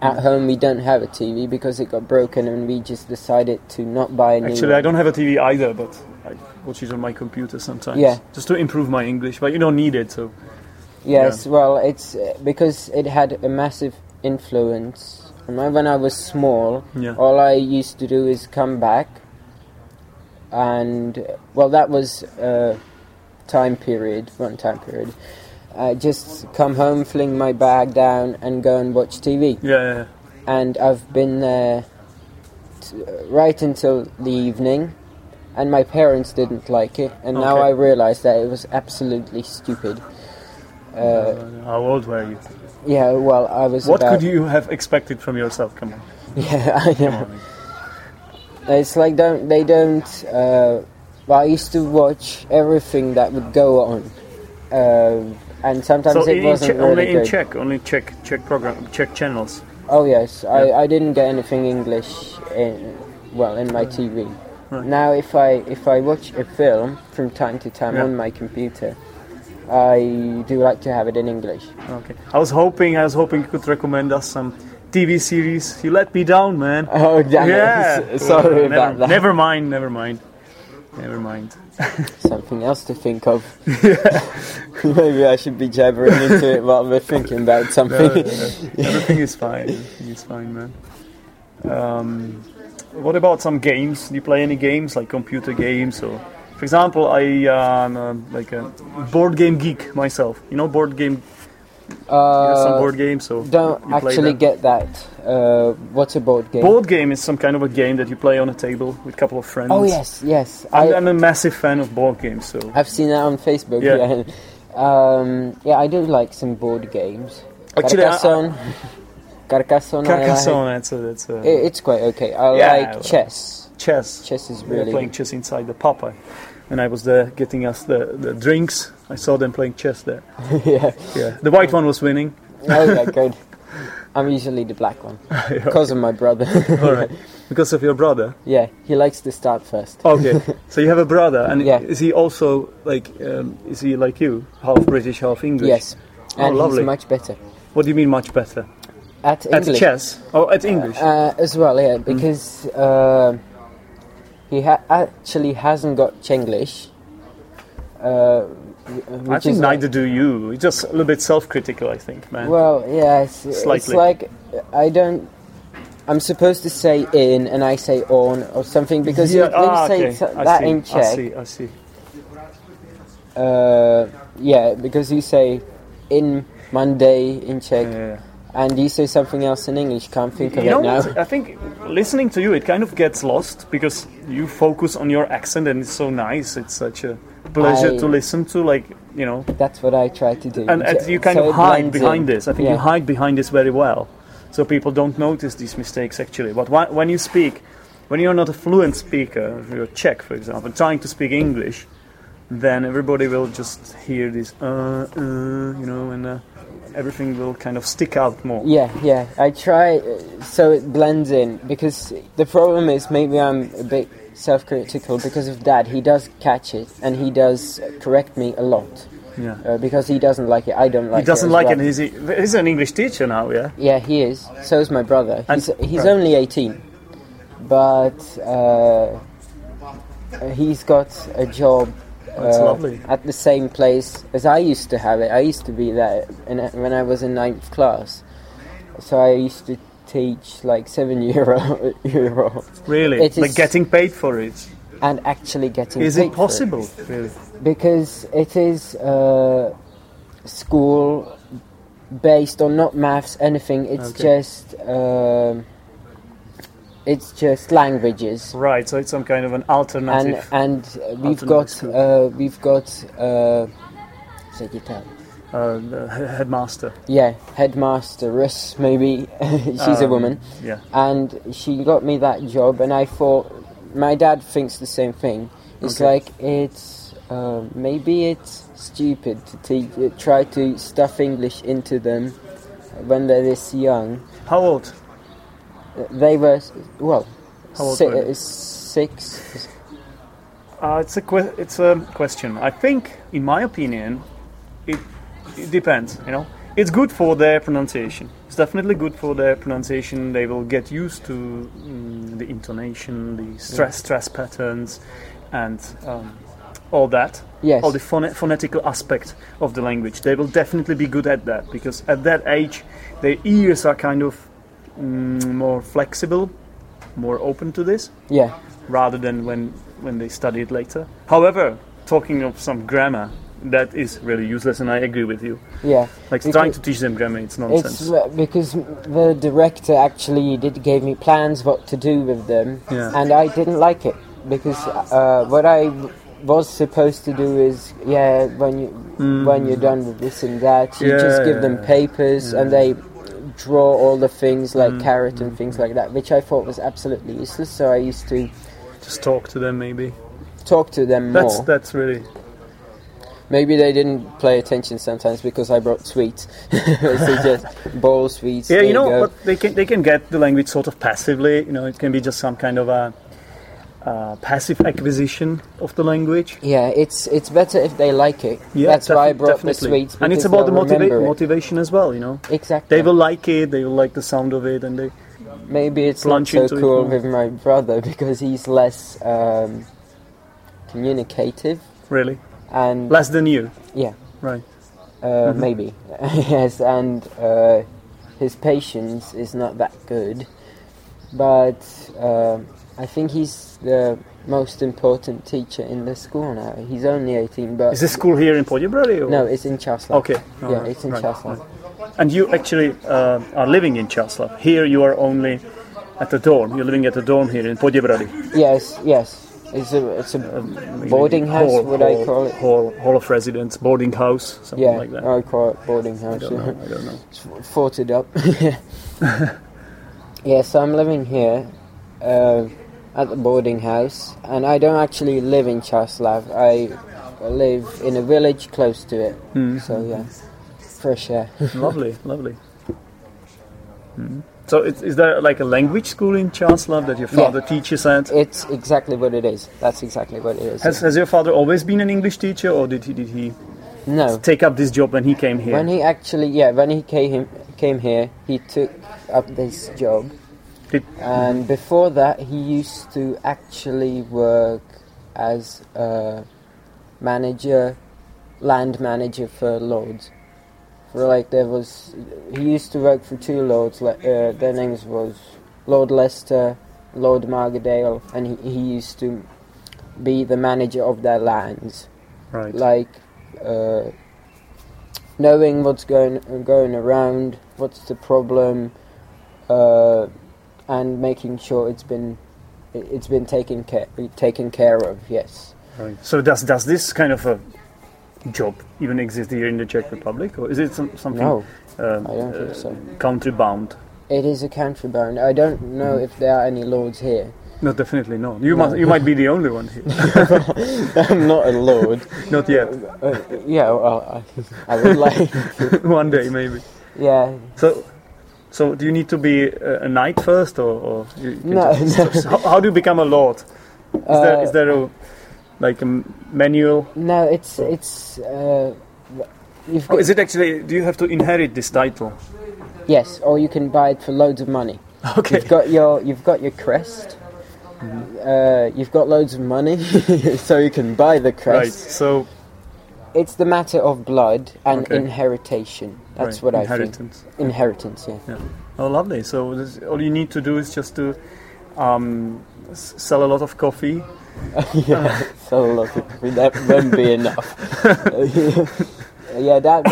S2: At home, we don't have a TV because it got broken, and we just decided to not buy a new.
S1: Actually, I don't have a TV either, but I watch it on my computer sometimes.
S2: Yeah.
S1: Just to improve my English, but you don't need it, so.
S2: Yes, well, it's uh, because it had a massive influence. on my- When I was small,
S1: Yeah.
S2: all I used to do is come back, and uh, well, that was a time period, one time period. I just come home, fling my bag down, and go and watch TV.
S1: Yeah, yeah, yeah.
S2: And I've been there t- right until the evening, and my parents didn't like it, and now
S1: Okay.
S2: I realise that it was absolutely stupid. Uh,
S1: How old were you?
S2: yeah, well, I was.
S1: What
S2: about,
S1: could you have expected from yourself? Come on.
S2: [laughs] Yeah, I
S1: Come
S2: know.
S1: on.
S2: It's like don't they don't. Uh, well, I used to watch everything that would go on, Um and sometimes
S1: So
S2: it
S1: in,
S2: wasn't
S1: Czech-
S2: really
S1: only in
S2: good.
S1: Czech, only Czech, Czech program, Czech channels.
S2: Oh yes,
S1: Yeah.
S2: I, I didn't get anything English in well in my TV.
S1: Right.
S2: Now if I if I watch a film from time to time
S1: Yeah.
S2: on my computer, I do like to have it in English. [laughs]
S1: Okay. I was hoping, I was hoping you could recommend us some TV series. You let me down,
S2: [laughs]
S1: man.
S2: Oh damn
S1: yeah.
S2: it! [laughs] Sorry
S1: never,
S2: about that.
S1: Never mind. Never mind. Never
S2: [laughs]
S1: mind.
S2: something else to think of. [laughs] Maybe I should be jabbering into it while we're thinking
S1: [laughs]
S2: about
S1: No,
S2: something.
S1: no, everything is fine. Everything is fine, man. Um, what about some games? Do you play any games like computer games or? For example, I am uh, like a board game geek myself. You know, board game. you have some
S2: Uh,
S1: board games, so
S2: don't
S1: you play
S2: actually
S1: them.
S2: get that. Uh, what's a board game?
S1: Board game is some kind of a game that you play on a table with a couple of friends.
S2: oh yes, yes.
S1: I'm,
S2: I,
S1: I'm a massive fan of board games, so
S2: I've seen that on Facebook.
S1: Yeah.
S2: Yeah. Um, yeah, I do like some board games.
S1: Actually, I- [laughs]
S2: Carcassonne. Carcassonne. I like.
S1: Carcassonne. That's a, that's a
S2: I- it's quite okay. I
S1: Yeah,
S2: like
S1: well.
S2: chess.
S1: chess.
S2: Chess is
S1: We were
S2: really.
S1: playing chess inside the papa, and I was there getting us the, the drinks. I saw them playing chess there.
S2: [laughs] yeah.
S1: Yeah, the white one was
S2: [laughs]
S1: winning.
S2: Oh yeah, good. I'm usually the black
S1: [laughs]
S2: one because of my brother.
S1: All right, because of your brother.
S2: Yeah, he likes to start first.
S1: Okay, so you have a brother, and
S2: [laughs] Yeah.
S1: is he also like um, is he like you, half British, half English?
S2: Yes,
S1: Oh,
S2: and
S1: lovely.
S2: he's much better
S1: What do you mean much better
S2: at English
S1: at chess? Mm-hmm. Oh, at English.
S2: Uh, as well. Yeah, because uh, he ha- actually hasn't got Chenglish. Uh, which
S1: I think
S2: is
S1: neither do you. You're just a little bit self-critical, I think, man.
S2: Like, well, yeah, it's, it's
S1: Slightly.
S2: like I don't. I'm supposed to say in and I say on or something because
S1: yeah,
S2: if they
S1: ah,
S2: say
S1: okay.
S2: so-
S1: I
S2: that
S1: see,
S2: in
S1: I
S2: Czech,
S1: see. I see.
S2: uh, yeah, because you say in Monday in Czech,
S1: Yeah, yeah.
S2: and you say something else in English. Can't think of
S1: You know
S2: it now.
S1: what? I think listening to you, it kind of gets lost because you focus on your accent, and it's so nice. It's such a pleasure
S2: I-
S1: to listen to, like you know,
S2: That's what I try to do.
S1: and, and
S2: So-
S1: you kind
S2: so
S1: of
S2: it
S1: hide
S2: blends in.
S1: behind this. I think you
S2: Yeah.
S1: hide behind this very well, so people don't notice these mistakes actually. But wh- when you speak, when you're not a fluent speaker, if you're Czech, for example, trying to speak English, then everybody will just hear this, uh, uh, you know, and uh, everything will kind of stick out more.
S2: Yeah, yeah. I try uh, so it blends in because the problem is maybe I'm a bit self-critical because of Dad. He does catch it and he does correct me a lot
S1: Yeah.
S2: uh, because he doesn't like it. I don't
S1: He
S2: like.
S1: doesn't
S2: it as
S1: like it.
S2: well.
S1: He's, he's an English teacher now, yeah.
S2: Yeah, he is. So is my brother.
S1: And-
S2: He's he's
S1: right.
S2: only 18, but uh, he's got a job. uh,
S1: That's lovely.
S2: At the same place as I used to have it. I used to be there in, when I was in ninth class. So I used to teach like seven year [laughs] old, year olds
S1: Really,
S2: It
S1: like
S2: is-
S1: getting paid for it. Is
S2: and actually getting paid
S1: it
S2: for
S1: possible? Really?
S2: because it is uh, school based on not maths anything it's
S1: Okay.
S2: just um, it's just languages
S1: Right. So it's some kind of an
S2: and
S1: alternative.
S2: and uh, we've
S1: Alternative
S2: got
S1: school.
S2: uh, we've got uh, secretary.
S1: uh, the he- headmaster.
S2: yeah headmasteress maybe [laughs] she's a
S1: Um,
S2: woman
S1: Yeah.
S2: and she got me that job and i thought my dad thinks the same thing it's
S1: Okay.
S2: like it's uh, maybe it's uh, stupid to te- try to stuff english into them when they're this young
S1: How old?
S2: They were s- well,
S1: How old
S2: si-
S1: were they?
S2: uh, six.
S1: Uh, it's a que- it's a question. I think, in my opinion, it, it depends. You know, it's good for their pronunciation. It's definitely good for their pronunciation. They will get used to mm, the intonation, the stress stress patterns, and um, all that.
S2: Yes.
S1: All the phone- phonetical aspect of the language. They will definitely be good at that because at that age, their ears are kind of mm, more flexible, more open to this
S2: yeah.
S1: rather than when when they study it later. However, talking of some grammar, that is really useless, and I agree with you.
S2: Yeah.
S1: Like
S2: Because-
S1: trying to teach them grammar, it's nonsense.
S2: It's uh, because the director actually did gave me plans what to do with them,
S1: Yeah.
S2: and I didn't like it because uh, what I was supposed to do is yeah when you when you're done with this and that you
S1: Mm. Yeah,
S2: just give
S1: yeah,
S2: them
S1: yeah. Mm.
S2: papers and they draw all the things like carrot and things like that which I thought was absolutely useless so I used to
S1: Just talk to them, maybe.
S2: talk to them
S1: That's
S2: more
S1: that's really
S2: maybe they didn't play attention sometimes because I brought sweets [laughs] so
S1: [laughs]
S2: just bowl sweets
S1: yeah.
S2: there
S1: You know,
S2: go.
S1: but they can they can get the language sort of passively. You know, it can be just some kind of a. Uh, passive acquisition of the language.
S2: Yeah, it's it's better if they like it.
S1: Yeah,
S2: That's why I
S1: defi-
S2: brought the
S1: definitely.
S2: sweets.
S1: and it's
S2: because
S1: about the
S2: they'll
S1: motiva-
S2: remember it.
S1: motivation as well. You know,
S2: Exactly.
S1: they will like it. They will like the sound of it, and they
S2: Maybe it's not
S1: plunge
S2: so
S1: into it
S2: cool
S1: more.
S2: with my brother [laughs] because he's less um, communicative
S1: really
S2: and
S1: less than you,
S2: yeah,
S1: right?
S2: uh,
S1: Mm-hmm.
S2: maybe [laughs] yes, and uh, his patience is not that good. But um I think he's the most important teacher in the school now. He's only eighteen, but
S1: Is this school here in Podjebrady? or-
S2: no, it's in Chaslav.
S1: Okay.
S2: yeah,
S1: Alright,
S2: it's in
S1: right,
S2: Chaslav.
S1: And you actually uh, are living in Chaslav. Here you are only at the dorm. You're living at the dorm here in Podjebrady.
S2: Yes, yes. It's a it's a boarding house.
S1: Hall-
S2: would
S1: hall-
S2: I call it?
S1: Hall, hall of residence, boarding house, something
S2: yeah,
S1: like that.
S2: I call it boarding house.
S1: I don't know. I don't know.
S2: It's f- forted up. [laughs] yeah, so I'm living here uh, at the boarding house, and I don't actually live in Chaslav. I live in a village close to it.
S1: Hmm.
S2: So yeah, fresh air. [laughs]
S1: lovely, lovely. Mhm. So it, is there like a language school in Chaslav that your
S2: Yeah.
S1: father teaches at?
S2: it's exactly what it is. That's exactly what it is.
S1: Has, has your father always been an English teacher, or did he did he
S2: no,
S1: take up this job when he came here?
S2: When he actually, yeah, when he came came here, he took up this job,
S1: Did-
S2: and before that, he used to actually work as a manager, land manager for lords. For like, there was he used to work for two lords. Like, uh, their names was Lord Leicester, Lord Margadale, and he, he used to be the manager of their lands
S1: right.
S2: like uh, knowing what's going going around, what's the problem, uh, and making sure it's been it- it's been taken care taken care of. Yes,
S1: Right. So does does this kind of a job even exist here in the Czech Republic, or is it some, something
S2: no,
S1: um,
S2: I don't think so.
S1: country bound?
S2: It is a country baron. I don't know
S1: Mm.
S2: if there are any lords here.
S1: No, definitely not. You
S2: No.
S1: must you might be the only one here.
S2: [laughs] I'm not a lord.
S1: not yet. [laughs]
S2: [laughs] uh, yeah, well, I, I would like.
S1: one day maybe.
S2: [laughs] Yeah,
S1: So. So do you need to be a, a knight first, or, or you you can
S2: No,
S1: just-
S2: no.
S1: so how, how do you become a lord? [laughs] Is there
S2: Uh,
S1: is there a like a manual?
S2: no, it's it's. Uh, you've
S1: Or
S2: got,
S1: Oh, is it actually? Do you have to inherit this title?
S2: yes, or you can buy it for loads of money.
S1: Okay. Mm-hmm.
S2: You've got your you've got your crest. Uh, you've got loads of money, [laughs] so you can buy the
S1: Right.
S2: crest.
S1: So
S2: It's the matter of blood and
S1: Okay.
S2: inheritation. That's
S1: right,
S2: what I
S1: inheritance.
S2: think. Inheritance, yeah.
S1: [laughs]
S2: [laughs]
S1: Oh, lovely. So this, all you need to do is just to um, s- sell a lot of coffee.
S2: yeah, so lucky. That won't be enough. [laughs] yeah, that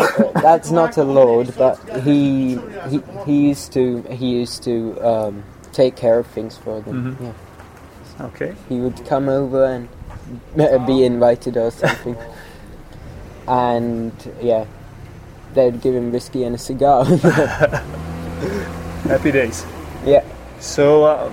S2: that's not a lord, but he he, he used to he used to um, take care of things for them.
S1: Mm-hmm.
S2: Yeah,
S1: Okay.
S2: he would come over and [laughs] uh, be invited or something. and yeah, they'd give him whiskey and a cigar. [laughs]
S1: Happy days.
S2: yeah,
S1: So, uh,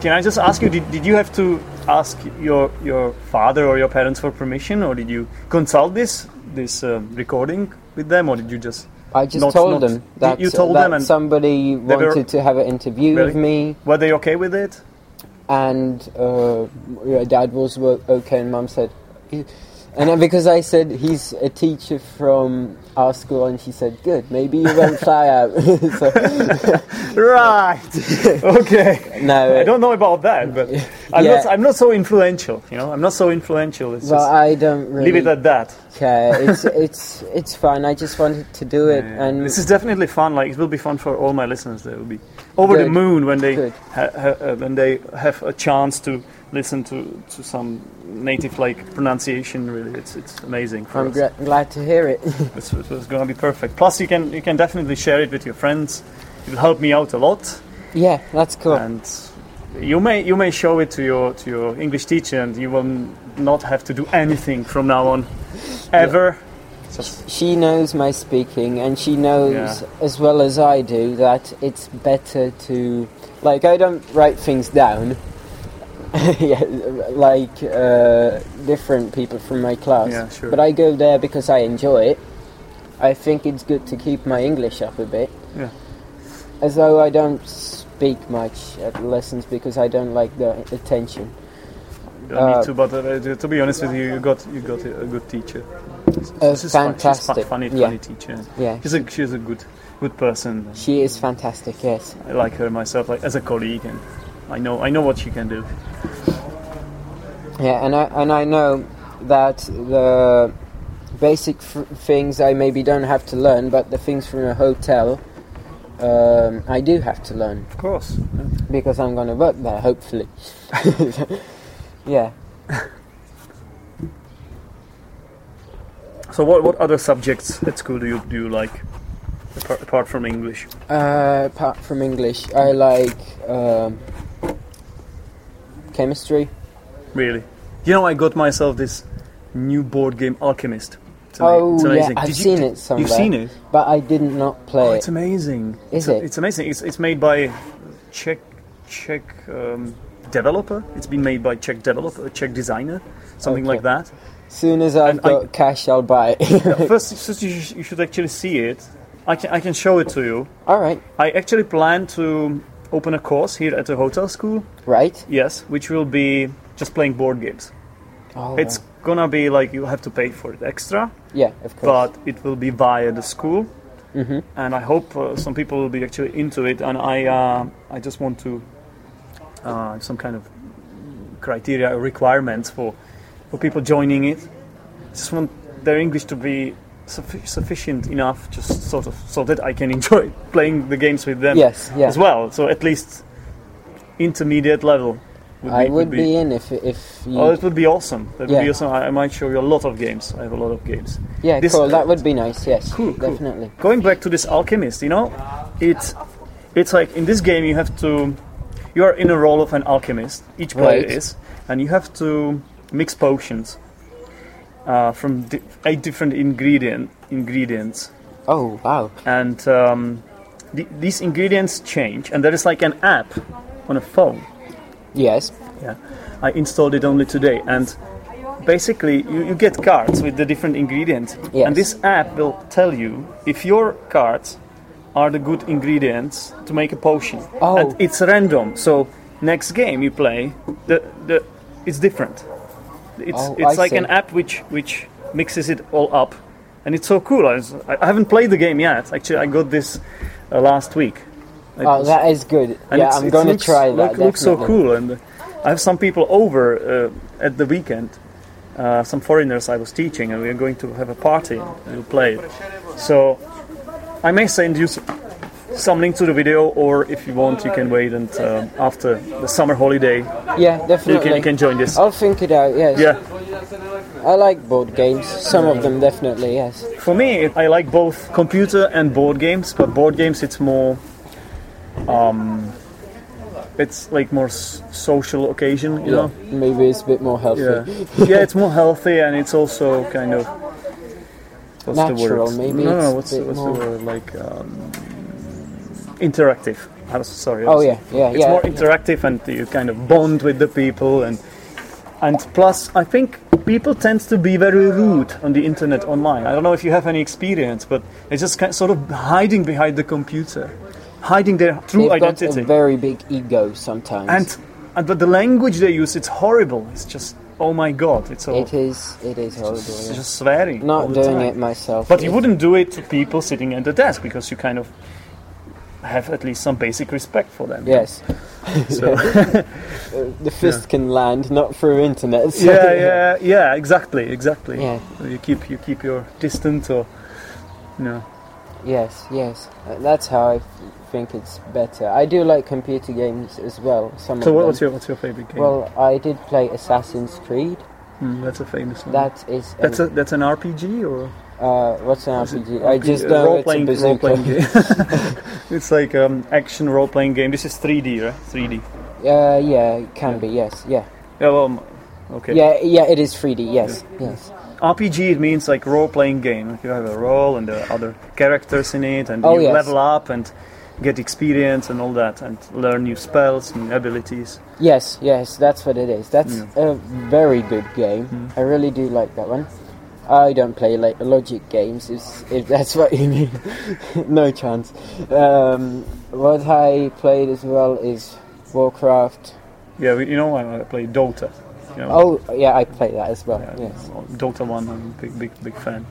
S1: can I just ask you? Did, did you have to ask your your father or your parents for permission, or did you consult this this um, recording with uh, them, or did you just
S2: I just
S1: Not-
S2: told
S1: not-
S2: them that,
S1: you told
S2: that
S1: them and-
S2: somebody
S1: They were-
S2: wanted to have an interview with me,
S1: Were they okay with it?
S2: and uh, yeah, dad was wo- okay, and mum said, "He-" and then because I said he's a teacher from our school, and she said, good, maybe you won't fly out. [laughs]
S1: [laughs]
S2: so,
S1: Right. [laughs]
S2: [laughs]
S1: okay.
S2: no,
S1: I
S2: it-
S1: don't know about that, but I'm
S2: Uh, Yeah.
S1: not. I'm not so influential. You know, I'm not so influential. It's
S2: well,
S1: just
S2: I don't really
S1: leave it at that.
S2: care. uh,
S1: [laughs]
S2: it's it's it's fine. I just wanted to do it,
S1: Yeah.
S2: and
S1: this is definitely fun. Like it will be fun for all my listeners. They will be over the
S2: Good.
S1: moon when they
S2: Good.
S1: ha- ha- uh, when they have a chance to listen to, to some native like pronunciation. Really, it's it's amazing. For
S2: I'm
S1: us.
S2: gra- glad to hear it. [laughs]
S1: It's, it's going to be perfect. Plus, you can you can definitely share it with your friends. It will help me out a lot,
S2: yeah, that's cool.
S1: and you may you may show it to your to your English teacher, and you will not have to do anything from now on, ever. Just
S2: She knows my speaking, and she knows
S1: Yeah.
S2: as well as I do that it's better to, like, I don't write things down. [laughs] yeah, like uh, different people from my class.
S1: Yeah, sure.
S2: But I go there because I enjoy it. I think it's good to keep my English up a bit.
S1: Yeah.
S2: As though I don't speak much at lessons because I don't like the attention.
S1: You don't
S2: Uh,
S1: need to, but uh, to be honest with you, you got you got a, a good teacher.
S2: Uh,
S1: This is fun- She's
S2: fantastic,
S1: fu- funny,
S2: yeah.
S1: funny teacher.
S2: Yeah.
S1: She's a she's a good good person.
S2: She is fantastic, yes.
S1: I like her myself, like as a colleague, and I know I know what she can do.
S2: Yeah, and I and I know that the basic f- things I maybe don't have to learn, but the things from a hotel um, I do have to learn
S1: Of course.
S2: because I'm going to work there, hopefully. [laughs] yeah.
S1: So what what other subjects at school do you do you like? Apart, apart from English,
S2: Uh, apart from English, I like um, chemistry.
S1: really. You know, I got myself this new board game Alchemist. It's ama-
S2: oh
S1: it's
S2: yeah,
S1: amazing.
S2: I've
S1: Did you-
S2: seen
S1: did-
S2: it somewhere.
S1: You've seen it?
S2: but I did not play
S1: Oh,
S2: it.
S1: it's amazing.
S2: Is
S1: it's, a-
S2: it?
S1: It's amazing. It's, it's made by Czech Czech um, developer. It's been made by Czech developer, Czech designer, something
S2: Okay.
S1: like that.
S2: Soon as I've
S1: and I-
S2: got cash, I'll buy it. [laughs]
S1: First, first you, sh- you should actually see it. I can, I can show it to you.
S2: All right,
S1: I actually plan to open a course here at the hotel school.
S2: right?
S1: Yes, which will be just playing board games.
S2: Oh,
S1: It's gonna be like you'll have to pay for it extra,
S2: yeah, of course. Mm-hmm.
S1: but it will be via the school. And I hope uh, some people will be actually into it. And I, uh, I just want to uh, some kind of criteria or requirements for for people joining it. Just want their English to be suffi- sufficient enough, just sort of so that I can [laughs] enjoy playing the games with them
S2: yes, yeah.
S1: as well. So at least intermediate level. Would
S2: I
S1: would
S2: would be, in if if you.
S1: Oh, it would be awesome. That would
S2: Yeah.
S1: be awesome. I, I might show you a lot of games. I have a lot of games.
S2: yeah,
S1: this- uh,
S2: cool. That would be nice. Yes,
S1: Cool, cool.
S2: definitely.
S1: Going back to this alchemist, you know, it it's like in this game you have to you are in a role of an alchemist. Each player
S2: Right.
S1: is, and you have to mix potions uh, from di- eight different ingredient ingredients,
S2: Oh wow!
S1: and um, th- these ingredients change. And there is like an app on a phone.
S2: Yes,
S1: Yeah, I installed it only today, and basically you, you get cards with the different ingredients,
S2: Yes.
S1: and this app will tell you if your cards are the good ingredients to make a potion.
S2: Oh.
S1: And it's random, so next game you play, the the it's different. It's
S2: Oh,
S1: it's
S2: I
S1: like
S2: see.
S1: an app which which mixes it all up, and it's so cool. I, was, I I haven't played the game yet. Actually, I got this uh, last week. It
S2: oh
S1: was-
S2: that is good.
S1: and
S2: yeah,
S1: it's-
S2: I'm
S1: it
S2: gonna
S1: looks-
S2: try that.
S1: Look, looks so
S2: definitely.
S1: cool, and uh, I have some people over uh, at the weekend. Uh, some foreigners I was teaching, and we are going to have a party and we'll play it. So I may send you s- some link to the video, or if you want, you can wait and uh, after the summer holiday,
S2: Yeah,
S1: you
S2: definitely.
S1: can, you can join this.
S2: I'll think it out. Yes.
S1: Yeah,
S2: I like board games. Some of them definitely. Yes.
S1: for me, it- I like both computer and board games, but board games it's more. Um, it's like more s- social occasion, you
S2: Yeah.
S1: know.
S2: Maybe it's a bit more healthy.
S1: Yeah, [laughs] yeah, it's more healthy and it's also kind of what's
S2: Natural,
S1: the word?
S2: maybe
S1: No, no,
S2: it's a
S1: what's,
S2: bit
S1: what's
S2: more-
S1: the word? Like um, interactive. I was sorry. I
S2: Oh
S1: was-
S2: yeah, yeah,
S1: it's
S2: yeah.
S1: more interactive and you kind of bond with the people and And plus, I think people tend to be very rude on the internet online. I don't know if you have any experience, but they're just kind sort of hiding behind the computer, hiding their true
S2: They've got
S1: identity.
S2: a very big ego sometimes.
S1: and, and but the language they use, it's horrible. It's just oh my god, it's all
S2: it is, it is horrible.
S1: it's
S2: yeah.
S1: just swearing. all
S2: Not
S1: the
S2: doing
S1: time.
S2: it myself.
S1: But you
S2: It-
S1: wouldn't do it to people sitting at the desk because you kind of have at least some basic respect for them.
S2: Yes. [laughs]
S1: So- [laughs]
S2: Uh, the fist can land, not through internet. [laughs] so-
S1: yeah, yeah, yeah. Exactly, exactly.
S2: Yeah.
S1: You keep you keep your distance or you know.
S2: Yes, yes. Uh, That's how I f- think it's better. I do like computer games as well. Some
S1: So
S2: of
S1: what,
S2: them.
S1: what's your what's your favorite game?
S2: Well, I did play Assassin's Creed.
S1: Hmm, that's a famous one.
S2: That is.
S1: that's
S2: an,
S1: a that's an RPG or
S2: uh, what's an
S1: Is it
S2: RPG? I just
S1: a
S2: know
S1: role
S2: it's
S1: playing
S2: a
S1: role playing
S2: bazooka.
S1: uh, game. [laughs] it's like um, action role playing game. This is 3D, right? 3D.
S2: [laughs] Uh, yeah, it can be. Yes, yeah,
S1: Yeah, well, m- okay.
S2: yeah, yeah. It is 3D. Yes, yes.
S1: RPG it means like role playing game. You have a role and there are other characters in it, and
S2: Oh,
S1: you
S2: yes.
S1: level up and get experience and all that, and learn new spells and abilities.
S2: Yes, yes, that's what it is. That's
S1: Yeah. Hmm.
S2: a very good game. I really do like that one. I don't play like logic games, is- if [laughs] that's what you mean. no chance. Um, what I played as well is Warcraft.
S1: Yeah, we- you know I I play Dota. You know,
S2: Oh, yeah, I play that as well.
S1: yeah,
S2: Yes,
S1: Dota One. I'm a big big big fan.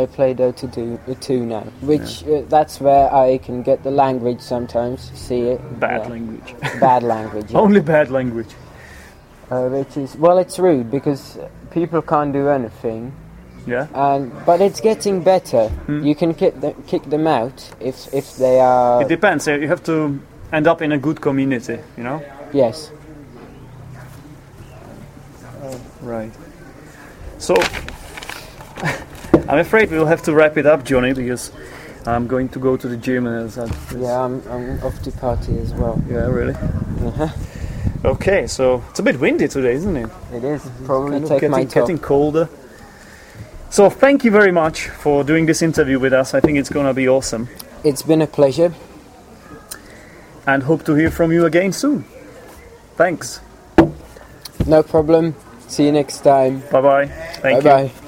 S2: I play Dota 2, uh, 2 now, which uh, that's where I can get the language sometimes. See it
S1: Bad
S2: yeah.
S1: language. [laughs]
S2: bad language. yeah.
S1: Only bad language.
S2: Uh, which is well, it's rude because people can't do anything.
S1: Yeah.
S2: and but it's getting better. You can kick, the, kick them out if if they are
S1: It depends. eh, You have to end up in a good community, you know?
S2: yes.
S1: Right. So, [laughs] I'm afraid we'll have to wrap it up, Johnny, because I'm going to go to the gym and it's- it's-
S2: Yeah, I'm, I'm off to party as well.
S1: Yeah, really.
S2: Uh-huh.
S1: Okay, so it's a bit windy today, isn't it?
S2: It is probably
S1: Kind of
S2: Mhm. take my
S1: getting,
S2: top.
S1: getting colder. So, thank you very much for doing this interview with us. I think it's going to be awesome.
S2: It's been a pleasure.
S1: And hope to hear from you again soon. Thanks.
S2: No problem. See you next time.
S1: Bye bye. Thank you.
S2: bye bye.